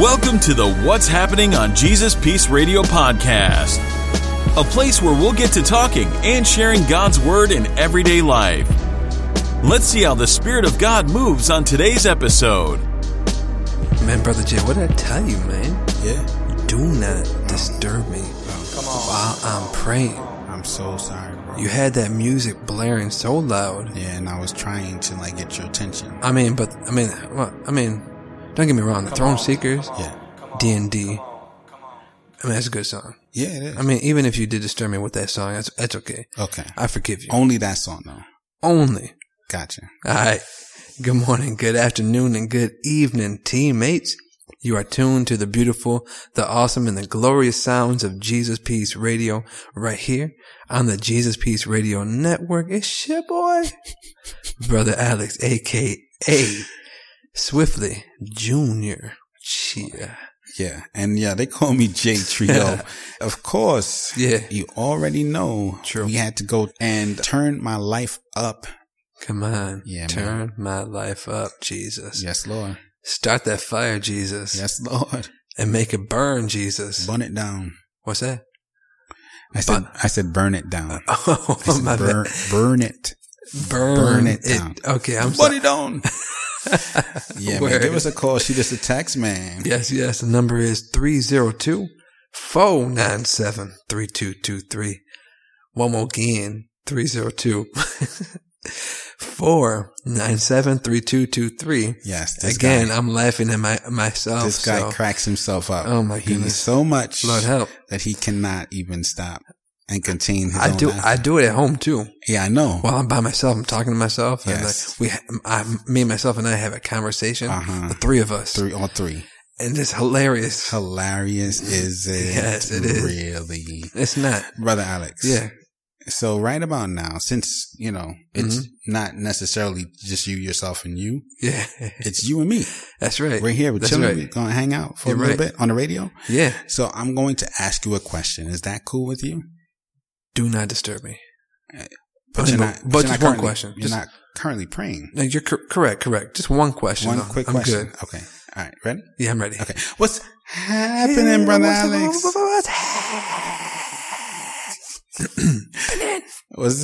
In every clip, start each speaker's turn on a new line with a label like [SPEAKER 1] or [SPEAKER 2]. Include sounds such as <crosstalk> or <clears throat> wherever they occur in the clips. [SPEAKER 1] Welcome to the What's Happening on Jesus Peace Radio podcast, a place where we'll get to talking and sharing God's Word in everyday life. Let's see how the Spirit of God moves on today's episode.
[SPEAKER 2] Man, Brother Jay, what did I tell you, man?
[SPEAKER 3] Yeah,
[SPEAKER 2] Do not disturb me while I'm praying.
[SPEAKER 3] I'm so sorry, bro.
[SPEAKER 2] You had that music blaring so loud.
[SPEAKER 3] yeah, and I was trying to like get your attention.
[SPEAKER 2] I mean, but I mean, well, I mean, don't get me wrong. The Throne Seekers,
[SPEAKER 3] Yeah,
[SPEAKER 2] D and D. I mean, that's a good song.
[SPEAKER 3] yeah, it is.
[SPEAKER 2] I mean, even if you did disturb me with that song, that's that's okay.
[SPEAKER 3] okay,
[SPEAKER 2] I forgive you.
[SPEAKER 3] only that song though.
[SPEAKER 2] Only.
[SPEAKER 3] Gotcha.
[SPEAKER 2] All right. Good morning, good afternoon, and good evening, teammates. You are tuned to the beautiful, the awesome, and the glorious sounds of Jesus Peace Radio right here on the Jesus Peace Radio Network. It's your boy, Brother Alex, aka Swiftly Jr. Chia.
[SPEAKER 3] Yeah, and yeah, they call me J Trio. of course.
[SPEAKER 2] Yeah.
[SPEAKER 3] you already know.
[SPEAKER 2] True.
[SPEAKER 3] We had to go and turn my life up.
[SPEAKER 2] Come on.
[SPEAKER 3] Yeah, man.
[SPEAKER 2] Turn my life up, Jesus.
[SPEAKER 3] Yes, Lord.
[SPEAKER 2] Start that fire, Jesus.
[SPEAKER 3] Yes, Lord.
[SPEAKER 2] And make it burn, Jesus.
[SPEAKER 3] Burn it down.
[SPEAKER 2] What's that? <laughs>
[SPEAKER 3] I said. I said, burn it down.
[SPEAKER 2] Oh,
[SPEAKER 3] I said,
[SPEAKER 2] my bad.
[SPEAKER 3] burn, burn it.
[SPEAKER 2] burn,
[SPEAKER 3] Burn it down.
[SPEAKER 2] Okay, I'm
[SPEAKER 3] Burn
[SPEAKER 2] sorry.
[SPEAKER 3] it down. yeah, man.
[SPEAKER 2] Word.
[SPEAKER 3] Give us a call. Shoot us a text, man.
[SPEAKER 2] Yes, yes. The number is 302 497 3223. One more again <laughs> 302 497 3223.
[SPEAKER 3] Yes. this guy.
[SPEAKER 2] Again, I'm laughing at my myself.
[SPEAKER 3] this guy
[SPEAKER 2] so-
[SPEAKER 3] cracks himself up.
[SPEAKER 2] Oh, my
[SPEAKER 3] he
[SPEAKER 2] goodness.
[SPEAKER 3] needs so much
[SPEAKER 2] Lord help.
[SPEAKER 3] that he cannot even stop and contain his
[SPEAKER 2] I
[SPEAKER 3] own
[SPEAKER 2] do.
[SPEAKER 3] laugh.
[SPEAKER 2] I do it at home too.
[SPEAKER 3] yeah, I know.
[SPEAKER 2] While I'm by myself, I'm talking to myself. And
[SPEAKER 3] Yes.
[SPEAKER 2] like, we, ha- I, me, myself, and I have a conversation.
[SPEAKER 3] Uh-huh.
[SPEAKER 2] The three of us,
[SPEAKER 3] three, all three.
[SPEAKER 2] and it's hilarious.
[SPEAKER 3] Hilarious
[SPEAKER 2] <laughs>
[SPEAKER 3] is it?
[SPEAKER 2] Yes, it is.
[SPEAKER 3] Really,
[SPEAKER 2] It's not.
[SPEAKER 3] brother Alex.
[SPEAKER 2] Yeah.
[SPEAKER 3] So right about now, since you know it's
[SPEAKER 2] Mm-hmm.
[SPEAKER 3] not necessarily just you, yourself, and you.
[SPEAKER 2] Yeah, <laughs>
[SPEAKER 3] It's you and me.
[SPEAKER 2] that's right.
[SPEAKER 3] We're here. We're
[SPEAKER 2] That's
[SPEAKER 3] chilling.
[SPEAKER 2] right.
[SPEAKER 3] We're gonna hang out for
[SPEAKER 2] You're
[SPEAKER 3] a little
[SPEAKER 2] right.
[SPEAKER 3] bit on the radio.
[SPEAKER 2] Yeah,
[SPEAKER 3] So I'm going to ask you a question. Is that cool with you?
[SPEAKER 2] do not disturb me.
[SPEAKER 3] But
[SPEAKER 2] Okay,
[SPEAKER 3] you're
[SPEAKER 2] but-
[SPEAKER 3] not.
[SPEAKER 2] but just
[SPEAKER 3] you're not
[SPEAKER 2] one
[SPEAKER 3] currently-
[SPEAKER 2] question.
[SPEAKER 3] You're
[SPEAKER 2] Just-
[SPEAKER 3] not currently praying.
[SPEAKER 2] No, you're cor- correct, correct. Just one question.
[SPEAKER 3] One
[SPEAKER 2] though.
[SPEAKER 3] quick
[SPEAKER 2] I'm
[SPEAKER 3] question.
[SPEAKER 2] good.
[SPEAKER 3] Okay. All right. Ready?
[SPEAKER 2] Yeah, I'm ready.
[SPEAKER 3] Okay. What's happening, brother Alex? What's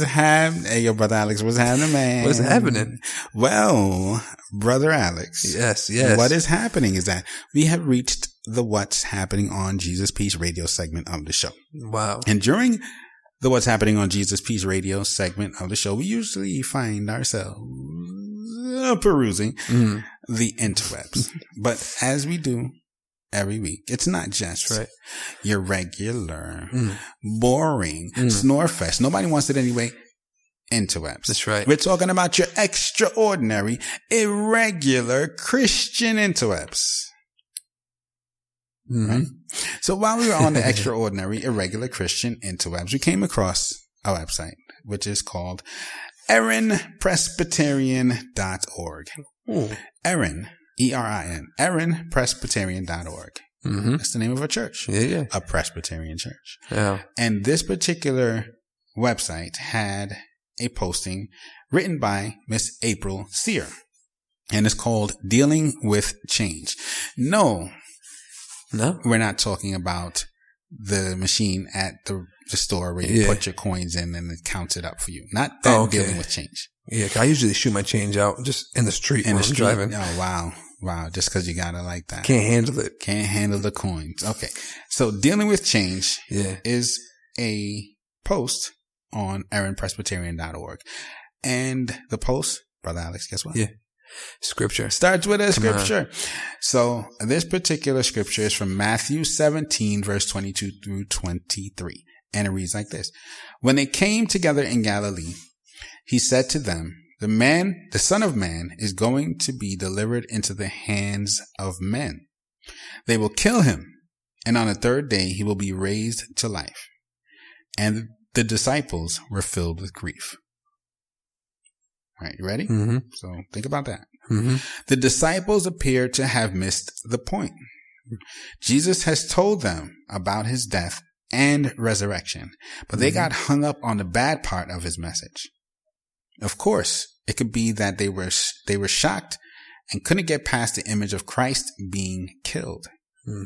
[SPEAKER 3] happening? Hey, yo, brother Alex, what's happening, man?
[SPEAKER 2] What's happening?
[SPEAKER 3] Well, brother Alex.
[SPEAKER 2] Yes, yes.
[SPEAKER 3] What is happening is that we have reached the What's Happening on Jesus Peace Radio segment of the show. <laughs>
[SPEAKER 2] Wow.
[SPEAKER 3] And during the What's Happening on Jesus Peace Radio segment of the show, we usually find ourselves uh, perusing
[SPEAKER 2] Mm,
[SPEAKER 3] the
[SPEAKER 2] <laughs>
[SPEAKER 3] interwebs. but as we do every week, it's not just
[SPEAKER 2] That's right.
[SPEAKER 3] your regular,
[SPEAKER 2] Mm.
[SPEAKER 3] boring
[SPEAKER 2] Mm.
[SPEAKER 3] snore fest. Nobody wants it anyway. Interwebs.
[SPEAKER 2] That's right.
[SPEAKER 3] We're talking about your extraordinary, irregular Christian interwebs.
[SPEAKER 2] Mhm.
[SPEAKER 3] Right? So while we were on
[SPEAKER 2] <laughs>
[SPEAKER 3] the extraordinary, irregular Christian interwebs, we came across a website, which is called erinpresbyterian.org.
[SPEAKER 2] Ooh.
[SPEAKER 3] Erin, E E-R-I-N, erinpresbyterian.org.
[SPEAKER 2] Mhm.
[SPEAKER 3] That's the name of a church,
[SPEAKER 2] Yeah, yeah,
[SPEAKER 3] a Presbyterian church.
[SPEAKER 2] yeah.
[SPEAKER 3] And this particular website had a posting written by Miss April Sear. And it's called Dealing with Change. No,
[SPEAKER 2] No.
[SPEAKER 3] we're not talking about the machine at the, the store where you
[SPEAKER 2] Yeah.
[SPEAKER 3] put your coins in and it counts it up for you. Not that
[SPEAKER 2] Oh, okay.
[SPEAKER 3] dealing with change.
[SPEAKER 2] Yeah, 'cause I usually shoot my change out just in the street
[SPEAKER 3] In
[SPEAKER 2] when
[SPEAKER 3] the
[SPEAKER 2] I'm
[SPEAKER 3] street.
[SPEAKER 2] driving.
[SPEAKER 3] Oh, wow. Wow. Just cause you got it like that.
[SPEAKER 2] Can't handle it.
[SPEAKER 3] Can't handle the coins. Okay. So dealing with change
[SPEAKER 2] Yeah.
[SPEAKER 3] is a post on aaronpresbyterian.org. And the post, Brother Alex, guess what?
[SPEAKER 2] Yeah. Scripture.
[SPEAKER 3] Starts with a
[SPEAKER 2] Come on.
[SPEAKER 3] scripture. So this particular scripture is from Matthew 17, verse 22 through 23. And it reads like this. When they came together in Galilee, he said to them, the man, the son of man is going to be delivered into the hands of men. They will kill him. And on the third day, he will be raised to life. And the disciples were filled with grief. All right. You ready?
[SPEAKER 2] hmm
[SPEAKER 3] So think about that.
[SPEAKER 2] hmm
[SPEAKER 3] The disciples appear to have missed the point. Jesus has told them about his death and resurrection, but they got hung up on the bad part of his message. Of course, it could be that they were, they were shocked and couldn't get past the image of Christ being killed.
[SPEAKER 2] Hmm.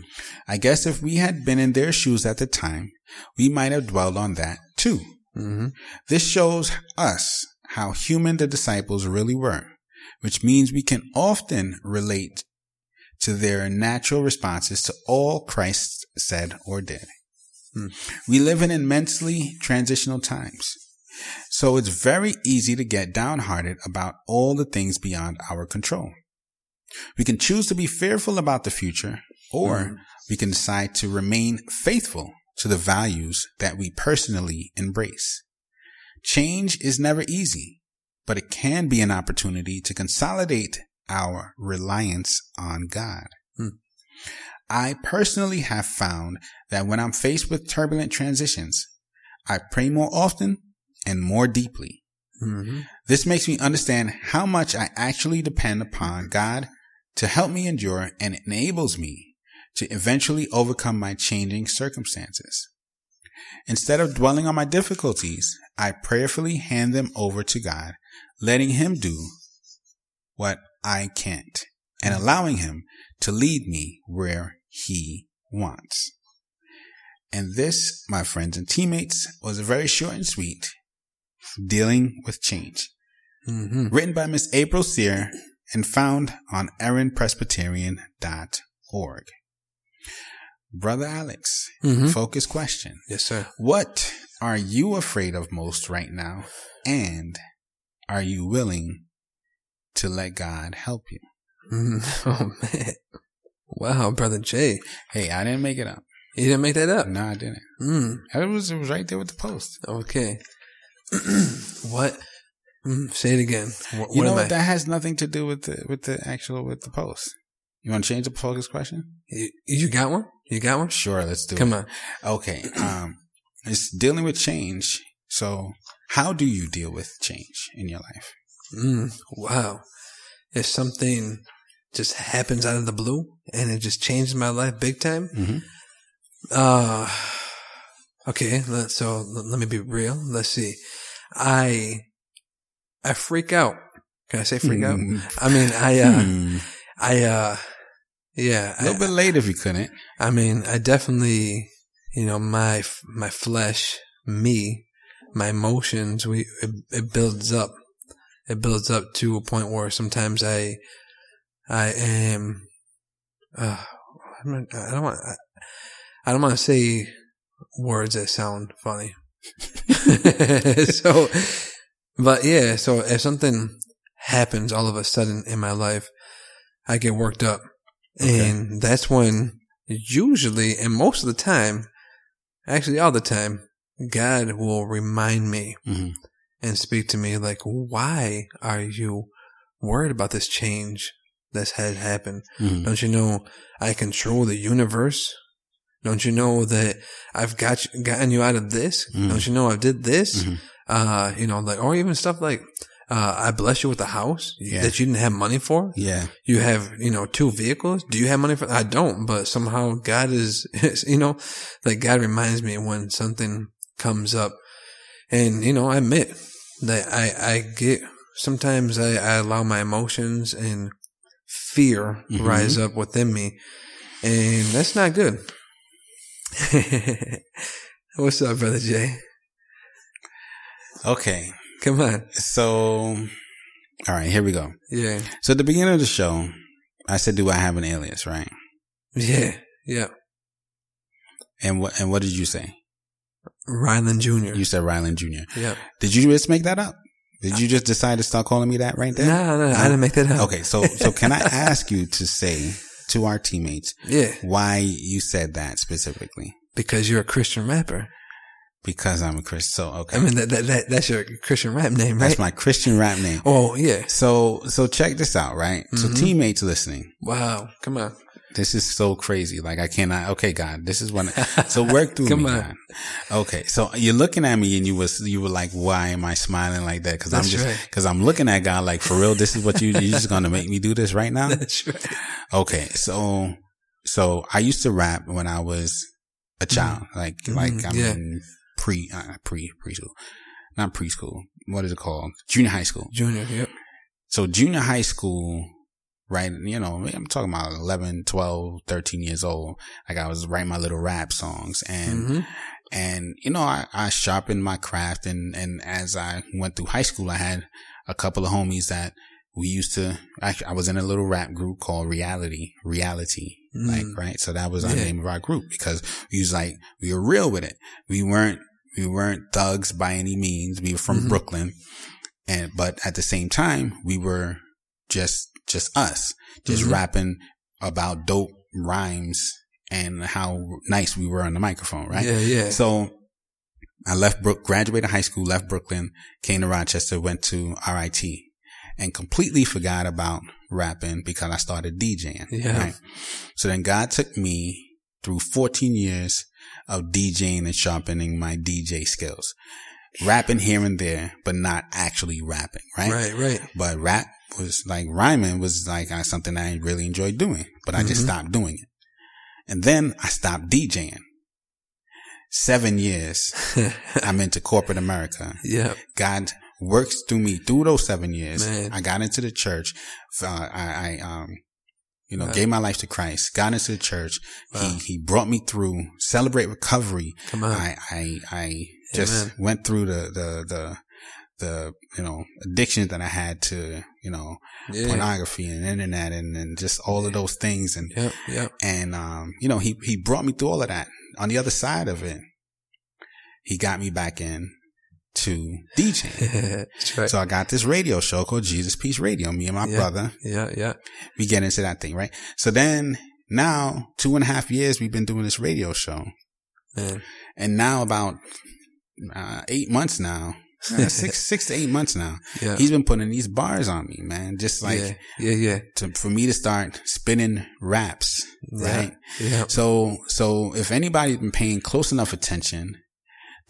[SPEAKER 3] I guess if we had been in their shoes at the time, we might have dwelled on that too.
[SPEAKER 2] hmm
[SPEAKER 3] This shows us how human the disciples really were, which means we can often relate to their natural responses to all Christ said or did.
[SPEAKER 2] Hmm.
[SPEAKER 3] We live in immensely transitional times, so it's very easy to get downhearted about all the things beyond our control. We can choose to be fearful about the future, or
[SPEAKER 2] Hmm.
[SPEAKER 3] we can decide to remain faithful to the values that we personally embrace. Change is never easy, but it can be an opportunity to consolidate our reliance on God.
[SPEAKER 2] Hmm.
[SPEAKER 3] I personally have found that when I'm faced with turbulent transitions, I pray more often and more deeply.
[SPEAKER 2] hmm
[SPEAKER 3] This makes me understand how much I actually depend upon God to help me endure and enables me to eventually overcome my changing circumstances. Instead of dwelling on my difficulties, I prayerfully hand them over to God, letting Him do what I can't and allowing Him to lead me where He wants. And this, my friends and teammates, was a very short and sweet dealing with change
[SPEAKER 2] hmm
[SPEAKER 3] written by Miss April Sear and found on erinpresbyterian.org. Brother Alex,
[SPEAKER 2] hmm
[SPEAKER 3] focus question.
[SPEAKER 2] Yes, sir.
[SPEAKER 3] What are you afraid of most right now? And are you willing to let God help you?
[SPEAKER 2] Mhm. <laughs> Oh man. Wow, brother Jay.
[SPEAKER 3] Hey, I didn't make it up.
[SPEAKER 2] You didn't make that up.
[SPEAKER 3] No, I didn't.
[SPEAKER 2] Mm,
[SPEAKER 3] It was, it was right there with the post.
[SPEAKER 2] okay. <clears throat> what? Mm, say it again. What,
[SPEAKER 3] You
[SPEAKER 2] what
[SPEAKER 3] know
[SPEAKER 2] am
[SPEAKER 3] what?
[SPEAKER 2] I?
[SPEAKER 3] That has nothing to do with the with the actual with the post. You want to change the focus question?
[SPEAKER 2] you, you got one? You got one?
[SPEAKER 3] Sure, let's do it.
[SPEAKER 2] Come on.
[SPEAKER 3] Okay. Um, it's dealing with change. So, how do you deal with change in your life?
[SPEAKER 2] Mm, wow. If something just happens out of the blue and it just changes my life big time.
[SPEAKER 3] Mhm.
[SPEAKER 2] Uh, okay. Let, so let, let me be real. Let's see. I, I freak out. Can I say freak out?
[SPEAKER 3] Hmm. Mm-hmm.
[SPEAKER 2] I mean, I, uh, I uh yeah,
[SPEAKER 3] A little
[SPEAKER 2] I,
[SPEAKER 3] bit late if you couldn't.
[SPEAKER 2] I mean, I definitely, you know, my f- my flesh, me, my emotions, we it, it builds up. It builds up to a point where sometimes I I am uh I'm not, I don't want I, I don't want to say words that sound funny. <laughs> so but yeah, so if something happens all of a sudden in my life, I get worked up.
[SPEAKER 3] Okay.
[SPEAKER 2] And that's when usually and most of the time, actually all the time, God will remind me
[SPEAKER 3] Mhm.
[SPEAKER 2] and speak to me like, why are you worried about this change that's had happened?
[SPEAKER 3] Mhm.
[SPEAKER 2] Don't you know I control the universe? Don't you know that I've got you, gotten you out of this?
[SPEAKER 3] Mhm.
[SPEAKER 2] Don't you know I did this?
[SPEAKER 3] Mhm.
[SPEAKER 2] Uh, you know, like, or even stuff like, uh, I bless you with a house
[SPEAKER 3] Yeah.
[SPEAKER 2] that you didn't have money for.
[SPEAKER 3] Yeah.
[SPEAKER 2] You have, you know, two vehicles. Do you have money for? I don't, but somehow God is, <laughs> is, you know, like God reminds me when something comes up, and you know, I admit that I I get sometimes I, I allow my emotions and fear
[SPEAKER 3] Mhm.
[SPEAKER 2] rise up within me, and that's not good. <laughs> What's up, brother Jay?
[SPEAKER 3] Okay.
[SPEAKER 2] Come on,
[SPEAKER 3] So, all right, here we go.
[SPEAKER 2] yeah,
[SPEAKER 3] So, at the beginning of the show, I said, "Do I have an alias?" Right?
[SPEAKER 2] yeah, yeah.
[SPEAKER 3] And what and what did you say?
[SPEAKER 2] Ryland Junior.
[SPEAKER 3] You said Ryland Jr.
[SPEAKER 2] Yeah.
[SPEAKER 3] Did you just make that up? Did you just decide to start calling me that right
[SPEAKER 2] No,
[SPEAKER 3] there?
[SPEAKER 2] no, no, I didn't make that up.
[SPEAKER 3] Okay. So, so can I ask you to say to our teammates
[SPEAKER 2] Yeah.
[SPEAKER 3] why you said that specifically?
[SPEAKER 2] Because you're a Christian rapper.
[SPEAKER 3] Because I'm a Christian. So okay,
[SPEAKER 2] I mean, that, that, that that's your Christian rap name, right?
[SPEAKER 3] that's my Christian rap name.
[SPEAKER 2] oh yeah.
[SPEAKER 3] So so check this out, right? So
[SPEAKER 2] Mhm.
[SPEAKER 3] teammates listening,
[SPEAKER 2] Wow. Come on.
[SPEAKER 3] this is so crazy. Like I cannot. Okay, God, this is one. <laughs> So work through
[SPEAKER 2] Come
[SPEAKER 3] me.
[SPEAKER 2] on.
[SPEAKER 3] God. Okay, so you're looking at me and you was you were like, why am I smiling like that? Because I'm
[SPEAKER 2] <laughs> That's
[SPEAKER 3] just <laughs>
[SPEAKER 2] right.
[SPEAKER 3] because I'm looking at God like for real. This is what you you just gonna make me do this right
[SPEAKER 2] <laughs>
[SPEAKER 3] now.
[SPEAKER 2] That's right.
[SPEAKER 3] Okay, so so I used to rap when I was a child, like like
[SPEAKER 2] Mhm,
[SPEAKER 3] I
[SPEAKER 2] yeah.
[SPEAKER 3] mean pre uh, pre preschool. not preschool. What is it called? Junior high school.
[SPEAKER 2] Junior, yep.
[SPEAKER 3] So junior high school, right? You know, I'm talking about 11, 12, 13 years old. Like I was writing my little rap songs and,
[SPEAKER 2] Mhm.
[SPEAKER 3] and, you know, I, I sharpened my craft and, and as I went through high school, I had a couple of homies that we used to, I, I was in a little rap group called Reality, Reality. Like,
[SPEAKER 2] Mm.
[SPEAKER 3] right? So that was our
[SPEAKER 2] Yeah.
[SPEAKER 3] name of our group because we was like, we were real with it. We weren't, we weren't thugs by any means. We were from
[SPEAKER 2] Mhm.
[SPEAKER 3] Brooklyn. And, but at the same time, we were just, just us, just
[SPEAKER 2] Mhm.
[SPEAKER 3] rapping about dope rhymes and how nice we were on the microphone, right?
[SPEAKER 2] Yeah, yeah.
[SPEAKER 3] So I left Brook, graduated high school, left Brooklyn, came to Rochester, went to RIT and completely forgot about rapping because I started DJing.
[SPEAKER 2] Yeah.
[SPEAKER 3] So then God took me through 14 years of DJing and sharpening my DJ skills, rapping here and there, but not actually rapping, right?
[SPEAKER 2] right, right.
[SPEAKER 3] But rap was like rhyming was like uh, something I really enjoyed doing, but I just
[SPEAKER 2] Mhm.
[SPEAKER 3] stopped doing it. And then I stopped DJing. Seven years
[SPEAKER 2] <laughs>
[SPEAKER 3] I'm into corporate America.
[SPEAKER 2] yep.
[SPEAKER 3] God works through me through those seven years.
[SPEAKER 2] Man.
[SPEAKER 3] I got into the church. Uh, I, I, um, you know,
[SPEAKER 2] Wow.
[SPEAKER 3] gave my life to Christ, got into the church.
[SPEAKER 2] Wow.
[SPEAKER 3] He, he brought me through celebrate recovery.
[SPEAKER 2] Come on.
[SPEAKER 3] I, I, I just
[SPEAKER 2] Amen.
[SPEAKER 3] went through the, the, the, the, you know, addictions that I had to, you know,
[SPEAKER 2] yeah.
[SPEAKER 3] pornography and internet and, and just all of those things. And,
[SPEAKER 2] Yep,
[SPEAKER 3] <laughs>
[SPEAKER 2] yep.
[SPEAKER 3] and, um, you know, he, he brought me through all of that. On the other side of it, he got me back in to DJing.
[SPEAKER 2] That's right.
[SPEAKER 3] So I got this radio show called Jesus Peace Radio. Me and my
[SPEAKER 2] Yeah.
[SPEAKER 3] brother,
[SPEAKER 2] yeah, yeah.
[SPEAKER 3] we get into that thing, right? So then now two and a half years we've been doing this radio show
[SPEAKER 2] Man.
[SPEAKER 3] and now about, uh, eight
[SPEAKER 2] <laughs>
[SPEAKER 3] months now, uh, six, six to eight months now,
[SPEAKER 2] Yeah.
[SPEAKER 3] he's been putting these bars on me, man. Just like
[SPEAKER 2] yeah, yeah, yeah.
[SPEAKER 3] to, for me to start spinning raps, right?
[SPEAKER 2] Yeah.
[SPEAKER 3] So, so if anybody's been paying close enough attention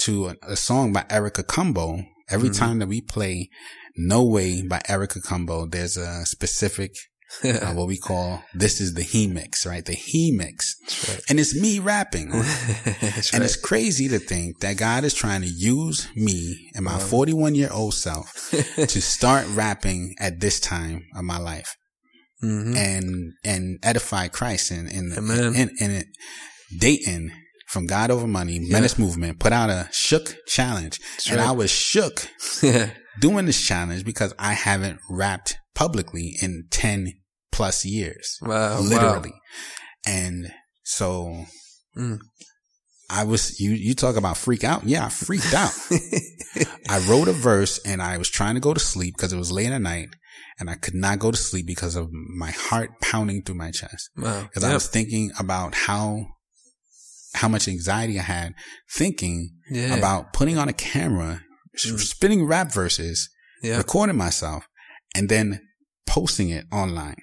[SPEAKER 3] to a, a song by Erica Cumbo, every
[SPEAKER 2] Mhm.
[SPEAKER 3] time that we play No Way by Erica Cumbo, there's
[SPEAKER 2] <laughs>
[SPEAKER 3] a specific, uh, what we call, this is the he mix, right? The he mix.
[SPEAKER 2] right.
[SPEAKER 3] And it's me
[SPEAKER 2] <laughs> <laughs>
[SPEAKER 3] rapping.
[SPEAKER 2] That's
[SPEAKER 3] And
[SPEAKER 2] right.
[SPEAKER 3] it's crazy to think that God is trying to use me and my
[SPEAKER 2] Wow.
[SPEAKER 3] 41 year old
[SPEAKER 2] <laughs>
[SPEAKER 3] self to start rapping at this time of my life
[SPEAKER 2] Mhm.
[SPEAKER 3] and and edify Christ in in
[SPEAKER 2] Amen.
[SPEAKER 3] in, in it. Dayton from God Over Money Menace Movement put out a shook challenge,
[SPEAKER 2] That's
[SPEAKER 3] and
[SPEAKER 2] right.
[SPEAKER 3] I was shook
[SPEAKER 2] <laughs> yeah.
[SPEAKER 3] doing this challenge because I haven't rapped publicly in ten plus years,
[SPEAKER 2] Oh, Wow.
[SPEAKER 3] literally, and so.
[SPEAKER 2] Mm.
[SPEAKER 3] I was you you talk about freak out. Yeah, I
[SPEAKER 2] <laughs>
[SPEAKER 3] freaked out.
[SPEAKER 2] Wow.
[SPEAKER 3] I wrote a verse and I was trying to go to sleep because it was late at night and I could not go to sleep because of my heart pounding through my chest
[SPEAKER 2] <laughs>
[SPEAKER 3] <laughs>
[SPEAKER 2] wow.
[SPEAKER 3] because I was thinking about how how much anxiety I had thinking
[SPEAKER 2] yeah.
[SPEAKER 3] about putting on a camera, s-
[SPEAKER 2] Mm.
[SPEAKER 3] spinning rap verses,
[SPEAKER 2] yeah.
[SPEAKER 3] recording myself, and then posting it online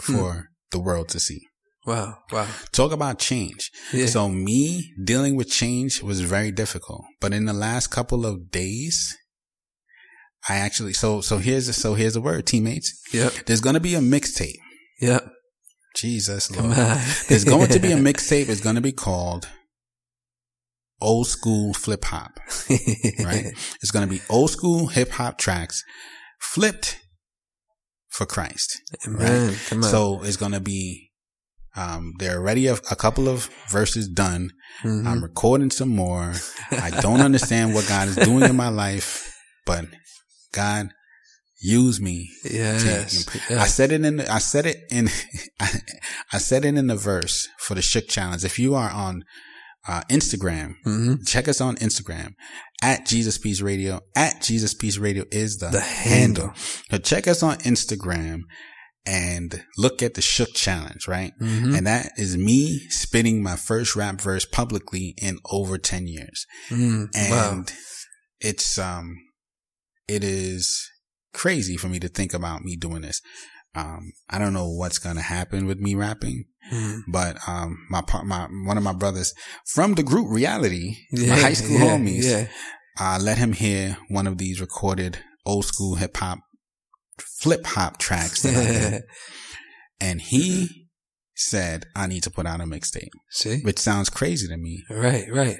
[SPEAKER 2] Hmm.
[SPEAKER 3] for the world to see.
[SPEAKER 2] Wow. Wow.
[SPEAKER 3] Talk about change.
[SPEAKER 2] Yeah.
[SPEAKER 3] So me dealing with change was very difficult. But in the last couple of days, I actually so so here's so here's the word, teammates.
[SPEAKER 2] yep.
[SPEAKER 3] There's gonna be a mixtape.
[SPEAKER 2] Yep.
[SPEAKER 3] Jesus Lord.
[SPEAKER 2] Come on.
[SPEAKER 3] There's going to be
[SPEAKER 2] <laughs>
[SPEAKER 3] a mixtape. It's going to be called Old School Flip Hop,
[SPEAKER 2] <laughs>
[SPEAKER 3] right? it's going to be old school hip hop tracks flipped for Christ.
[SPEAKER 2] Amen. Come on.
[SPEAKER 3] So it's going to be, um, there are already a, a couple of verses done.
[SPEAKER 2] Mhm.
[SPEAKER 3] I'm recording some more. I don't understand what God is doing in my life, but God, use me
[SPEAKER 2] yes.
[SPEAKER 3] I
[SPEAKER 2] yes.
[SPEAKER 3] said it in. I said it in. <laughs> I, I said it in the verse for the Shook Challenge. If you are on uh, Instagram,
[SPEAKER 2] hmm
[SPEAKER 3] check us on Instagram at Jesus Peace Radio. At Jesus Peace Radio is the,
[SPEAKER 2] The handle.
[SPEAKER 3] So check us on Instagram and look at the Shook Challenge, right?
[SPEAKER 2] Mhm.
[SPEAKER 3] And that is me spitting my first rap verse publicly in over ten years,
[SPEAKER 2] Mm.
[SPEAKER 3] and
[SPEAKER 2] wow.
[SPEAKER 3] it's um, it is crazy for me to think about me doing this. Um, I don't know what's gonna happen with me rapping,
[SPEAKER 2] Mm.
[SPEAKER 3] but um, my par- my one of my brothers from the group Reality, my high school
[SPEAKER 2] yeah,
[SPEAKER 3] homies,
[SPEAKER 2] Yeah.
[SPEAKER 3] I let him hear one of these recorded old school hip hop flip hop tracks, that
[SPEAKER 2] <laughs>
[SPEAKER 3] I did, and he said I need to put out a mixtape,
[SPEAKER 2] See?
[SPEAKER 3] which sounds crazy to me.
[SPEAKER 2] Right, right.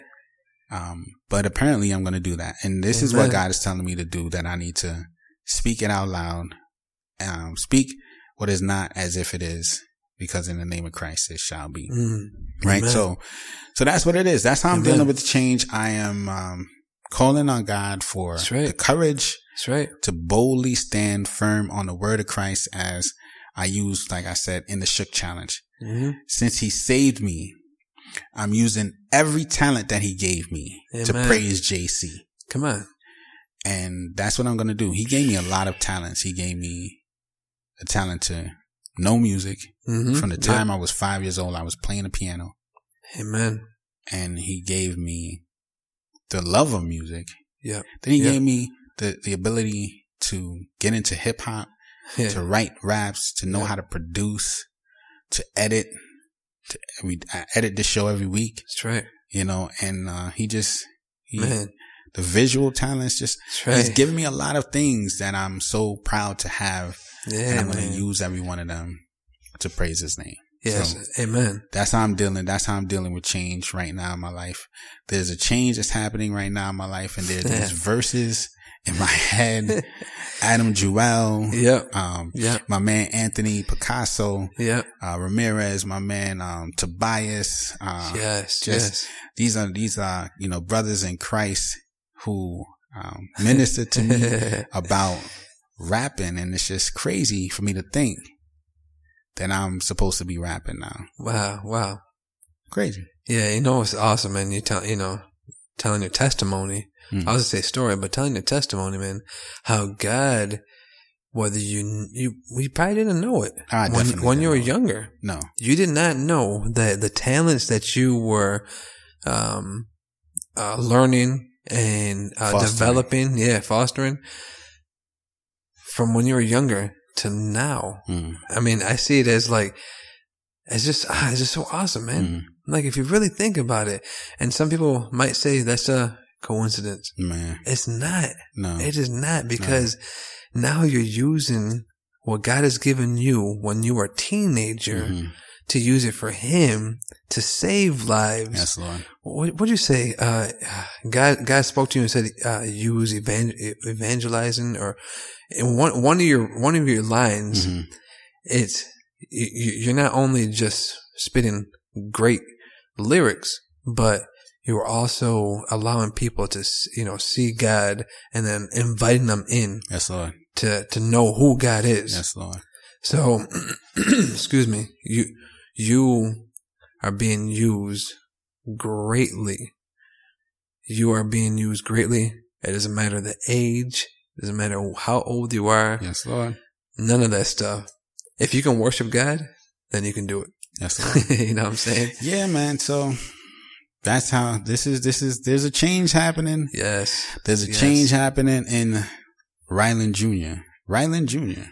[SPEAKER 3] Um, but apparently I'm going to do that. And this is
[SPEAKER 2] Amen.
[SPEAKER 3] what God is telling me to do that I need to speak it out loud. Um, speak what is not as if it is because in the name of Christ it shall be.
[SPEAKER 2] Mm.
[SPEAKER 3] Right.
[SPEAKER 2] Amen.
[SPEAKER 3] So, so that's what it is. That's how I'm
[SPEAKER 2] Amen.
[SPEAKER 3] dealing with the change. I am, um, calling on God for
[SPEAKER 2] That's right.
[SPEAKER 3] the courage
[SPEAKER 2] That's right.
[SPEAKER 3] to boldly stand firm on the word of Christ as I used, like I said, in the shook challenge.
[SPEAKER 2] hmm
[SPEAKER 3] Since he saved me, I'm using every talent that he gave me to
[SPEAKER 2] Amen.
[SPEAKER 3] praise JC.
[SPEAKER 2] Come on.
[SPEAKER 3] And that's what I'm going to do. He gave me a lot of talents. He gave me a talent to know music.
[SPEAKER 2] Mhm.
[SPEAKER 3] From the time I was five years old, I was playing the piano
[SPEAKER 2] Yep. Amen.
[SPEAKER 3] and he gave me the love of music.
[SPEAKER 2] Yep.
[SPEAKER 3] Then he
[SPEAKER 2] Yeah.
[SPEAKER 3] gave me the, the ability to get into hip hop.
[SPEAKER 2] Yeah.
[SPEAKER 3] to write raps, to know
[SPEAKER 2] Yeah.
[SPEAKER 3] how to produce, to edit. To, I mean, I edit this show every week,
[SPEAKER 2] That's right.
[SPEAKER 3] you know, and uh, he just, he,
[SPEAKER 2] Man.
[SPEAKER 3] the visual talents just,
[SPEAKER 2] That's
[SPEAKER 3] he's
[SPEAKER 2] right.
[SPEAKER 3] given me a lot of things that I'm so proud to have. and
[SPEAKER 2] yeah,
[SPEAKER 3] I'm going
[SPEAKER 2] man.
[SPEAKER 3] to use every one of them to praise his name.
[SPEAKER 2] yes.
[SPEAKER 3] so-
[SPEAKER 2] Amen.
[SPEAKER 3] That's how I'm dealing. That's how I'm dealing with change right now in my life. There's a change that's happening right now in my life, and
[SPEAKER 2] <laughs>
[SPEAKER 3] there's these verses in my head. Adam Jewell,
[SPEAKER 2] Yep.
[SPEAKER 3] um,
[SPEAKER 2] Yep.
[SPEAKER 3] my man Anthony Picasso,
[SPEAKER 2] Yep.
[SPEAKER 3] uh, Ramirez, my man um, Tobias. Uh,
[SPEAKER 2] yes.
[SPEAKER 3] just-
[SPEAKER 2] yes.
[SPEAKER 3] These are these are you know brothers in Christ who um, ministered to me
[SPEAKER 2] <laughs>
[SPEAKER 3] about rapping, and it's just crazy for me to think that I'm supposed to be rapping now.
[SPEAKER 2] wow. Wow.
[SPEAKER 3] Crazy.
[SPEAKER 2] Yeah. You know, it's awesome, man. You tell, you know, telling your testimony.
[SPEAKER 3] Mm.
[SPEAKER 2] I was gonna say story, but telling your testimony, man, how God, whether you, you, we probably didn't know it
[SPEAKER 3] I
[SPEAKER 2] when,
[SPEAKER 3] definitely
[SPEAKER 2] when
[SPEAKER 3] didn't
[SPEAKER 2] you were
[SPEAKER 3] know it.
[SPEAKER 2] younger.
[SPEAKER 3] No,
[SPEAKER 2] you did not know that the talents that you were um, uh, learning and uh,
[SPEAKER 3] Fostering.
[SPEAKER 2] developing, yeah, fostering from when you were younger to now.
[SPEAKER 3] Mm.
[SPEAKER 2] I mean, I see it as like, it's just, ah, it's just so awesome, man.
[SPEAKER 3] Mm.
[SPEAKER 2] Like, if you really think about it, and some people might say that's a coincidence.
[SPEAKER 3] man,
[SPEAKER 2] It's not.
[SPEAKER 3] no.
[SPEAKER 2] It is not because now you're using what God has given you when you were a teenager
[SPEAKER 3] Mhm.
[SPEAKER 2] to use it for him to save lives.
[SPEAKER 3] Yes, Lord.
[SPEAKER 2] What would you say? Uh, God, God spoke to you and said, uh, "Use evan- evangelizing." Or in one one of your one of your lines,
[SPEAKER 3] Mhm.
[SPEAKER 2] it's you, you- you're not only just spitting great lyrics, but you're also allowing people to s- you know see God and then inviting them in
[SPEAKER 3] Yes, Lord.
[SPEAKER 2] to to know who God is.
[SPEAKER 3] Yes, Lord.
[SPEAKER 2] So, <clears throat> excuse me, you you are being used greatly. You are being used greatly. It doesn't matter the age. It doesn't matter how old you are.
[SPEAKER 3] Yes, Lord.
[SPEAKER 2] None of that stuff. If you can worship God, then you can do
[SPEAKER 3] Yes, Lord.
[SPEAKER 2] it. <laughs> you know what I'm saying?
[SPEAKER 3] Yeah, man. So that's how this is. This is. There's a change happening.
[SPEAKER 2] Yes. <laughs>
[SPEAKER 3] There's a
[SPEAKER 2] Yes.
[SPEAKER 3] change happening in Ryland Jr. Ryland Jr.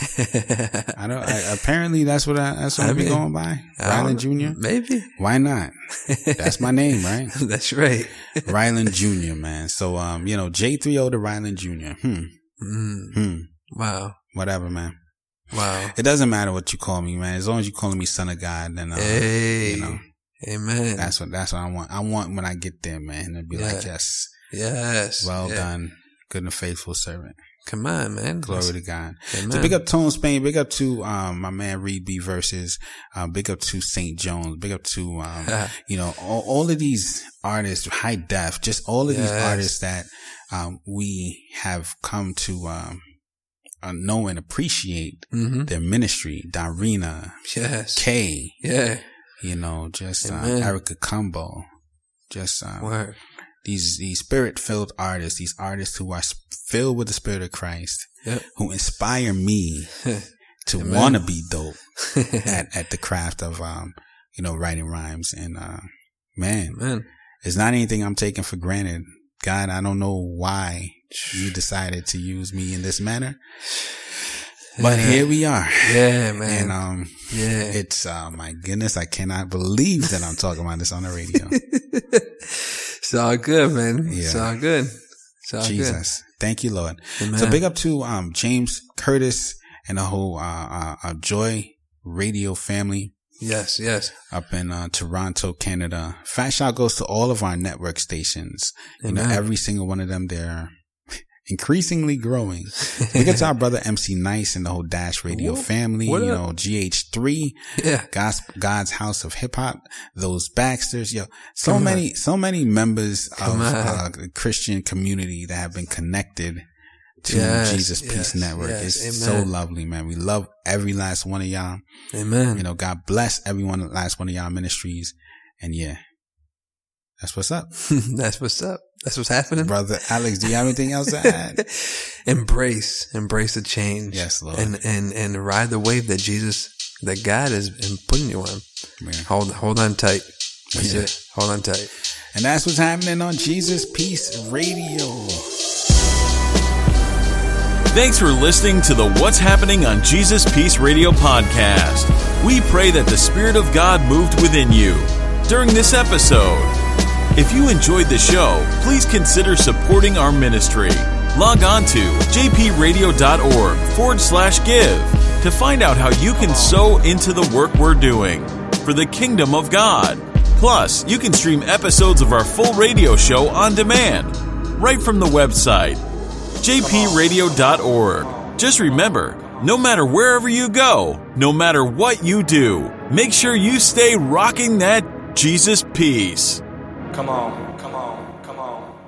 [SPEAKER 3] I
[SPEAKER 2] <laughs>
[SPEAKER 3] don't. I, apparently, that's what I. That's what
[SPEAKER 2] I
[SPEAKER 3] I'll be
[SPEAKER 2] mean,
[SPEAKER 3] going by.
[SPEAKER 2] I
[SPEAKER 3] Ryland
[SPEAKER 2] don't-
[SPEAKER 3] Jr.
[SPEAKER 2] Maybe.
[SPEAKER 3] Why not? That's my name, right?
[SPEAKER 2] <laughs> That's right.
[SPEAKER 3] Ryland Jr. Man. So um, you know, J three O to Ryland Jr. Hmm.
[SPEAKER 2] Mm,
[SPEAKER 3] Hmm.
[SPEAKER 2] wow.
[SPEAKER 3] Whatever, man.
[SPEAKER 2] Wow.
[SPEAKER 3] It doesn't matter what you call me, man. As long as you calling me son of God, then uh,
[SPEAKER 2] hey.
[SPEAKER 3] you know
[SPEAKER 2] Amen.
[SPEAKER 3] that's what that's what I want. I want when I get there, man, to be like,
[SPEAKER 2] Yeah.
[SPEAKER 3] yes,
[SPEAKER 2] yes.
[SPEAKER 3] well
[SPEAKER 2] Yeah.
[SPEAKER 3] done, good and faithful servant.
[SPEAKER 2] Come on, man.
[SPEAKER 3] Glory to God.
[SPEAKER 2] Amen.
[SPEAKER 3] So big up Tone Spain. Big up to um, my man Reed B versus. Uh, big up to Saint Jones. Big up to um,
[SPEAKER 2] <laughs>
[SPEAKER 3] you know all, all of these artists, high def, just all of these
[SPEAKER 2] Yes.
[SPEAKER 3] artists that um, we have come to um, uh, know and appreciate
[SPEAKER 2] hmm
[SPEAKER 3] their ministry. Darina
[SPEAKER 2] Yes.
[SPEAKER 3] K.
[SPEAKER 2] yeah.
[SPEAKER 3] You know, just uh,
[SPEAKER 2] Amen.
[SPEAKER 3] Erica Combo. Just um,
[SPEAKER 2] Word.
[SPEAKER 3] these these spirit filled artists, these artists who are s- filled with the spirit of Christ,
[SPEAKER 2] Yep.
[SPEAKER 3] who
[SPEAKER 2] <laughs>
[SPEAKER 3] inspire me to
[SPEAKER 2] Amen.
[SPEAKER 3] want to be
[SPEAKER 2] <laughs>
[SPEAKER 3] dope at at the craft of um you know writing rhymes and uh man,
[SPEAKER 2] Amen.
[SPEAKER 3] it's not anything I'm taking for granted. God, I don't know why
[SPEAKER 2] <sighs>
[SPEAKER 3] you decided to use me in this manner, but here
[SPEAKER 2] <laughs>
[SPEAKER 3] we are.
[SPEAKER 2] Yeah, man.
[SPEAKER 3] And um,
[SPEAKER 2] yeah.
[SPEAKER 3] it's uh, my goodness, I cannot believe that I'm talking about this on the
[SPEAKER 2] <laughs>
[SPEAKER 3] radio.
[SPEAKER 2] it's all good, man. It's
[SPEAKER 3] Yeah.
[SPEAKER 2] all good. It's all
[SPEAKER 3] Jesus, thank you, Lord.
[SPEAKER 2] good. Amen.
[SPEAKER 3] So big up to um, James Curtis and the whole uh, uh, uh, Joy Radio family.
[SPEAKER 2] Yes, yes.
[SPEAKER 3] up in uh, Toronto, Canada. Fat Shot goes to all of our network stations. You know,
[SPEAKER 2] Amen.
[SPEAKER 3] every single one of them, they're <laughs> increasingly growing.
[SPEAKER 2] <laughs>
[SPEAKER 3] Look at our brother MC Nice and the whole Dash Radio
[SPEAKER 2] Whoop.
[SPEAKER 3] family,
[SPEAKER 2] What
[SPEAKER 3] you
[SPEAKER 2] up?
[SPEAKER 3] know, GH3,
[SPEAKER 2] Yeah.
[SPEAKER 3] God's, God's House of Hip Hop, those Baxters, yo, so
[SPEAKER 2] Come on.
[SPEAKER 3] many, so many members
[SPEAKER 2] Come
[SPEAKER 3] of
[SPEAKER 2] on.
[SPEAKER 3] uh, the Christian community that have been connected to
[SPEAKER 2] Yes,
[SPEAKER 3] Jesus
[SPEAKER 2] yes,
[SPEAKER 3] Peace Network.
[SPEAKER 2] yes,
[SPEAKER 3] it's
[SPEAKER 2] amen.
[SPEAKER 3] so lovely, man. We love every last one of y'all.
[SPEAKER 2] Amen.
[SPEAKER 3] You know, God bless everyone at last one of y'all ministries. And yeah, that's what's up.
[SPEAKER 2] <laughs> That's what's up. That's what's happening.
[SPEAKER 3] Brother Alex, do you have anything else to add?
[SPEAKER 2] embrace, embrace the change.
[SPEAKER 3] Yes, Lord.
[SPEAKER 2] And and and ride the wave that Jesus, that God is putting you on.
[SPEAKER 3] Man.
[SPEAKER 2] Hold hold on tight. That's
[SPEAKER 3] Yeah.
[SPEAKER 2] it. Hold on tight.
[SPEAKER 3] And that's what's happening on Jesus Peace Radio.
[SPEAKER 1] Thanks for listening to the What's Happening on Jesus Peace Radio podcast. We pray that the Spirit of God moved within you during this episode. If you enjoyed the show, please consider supporting our ministry. Log on to jpradio.org forward slash give to find out how you can sow into the work we're doing for the kingdom of God. Plus, you can stream episodes of our full radio show on demand right from the website jpradio.org. Just remember, no matter wherever you go, no matter what you do, make sure you stay rocking that Jesus peace.
[SPEAKER 4] Come on, come on, come on.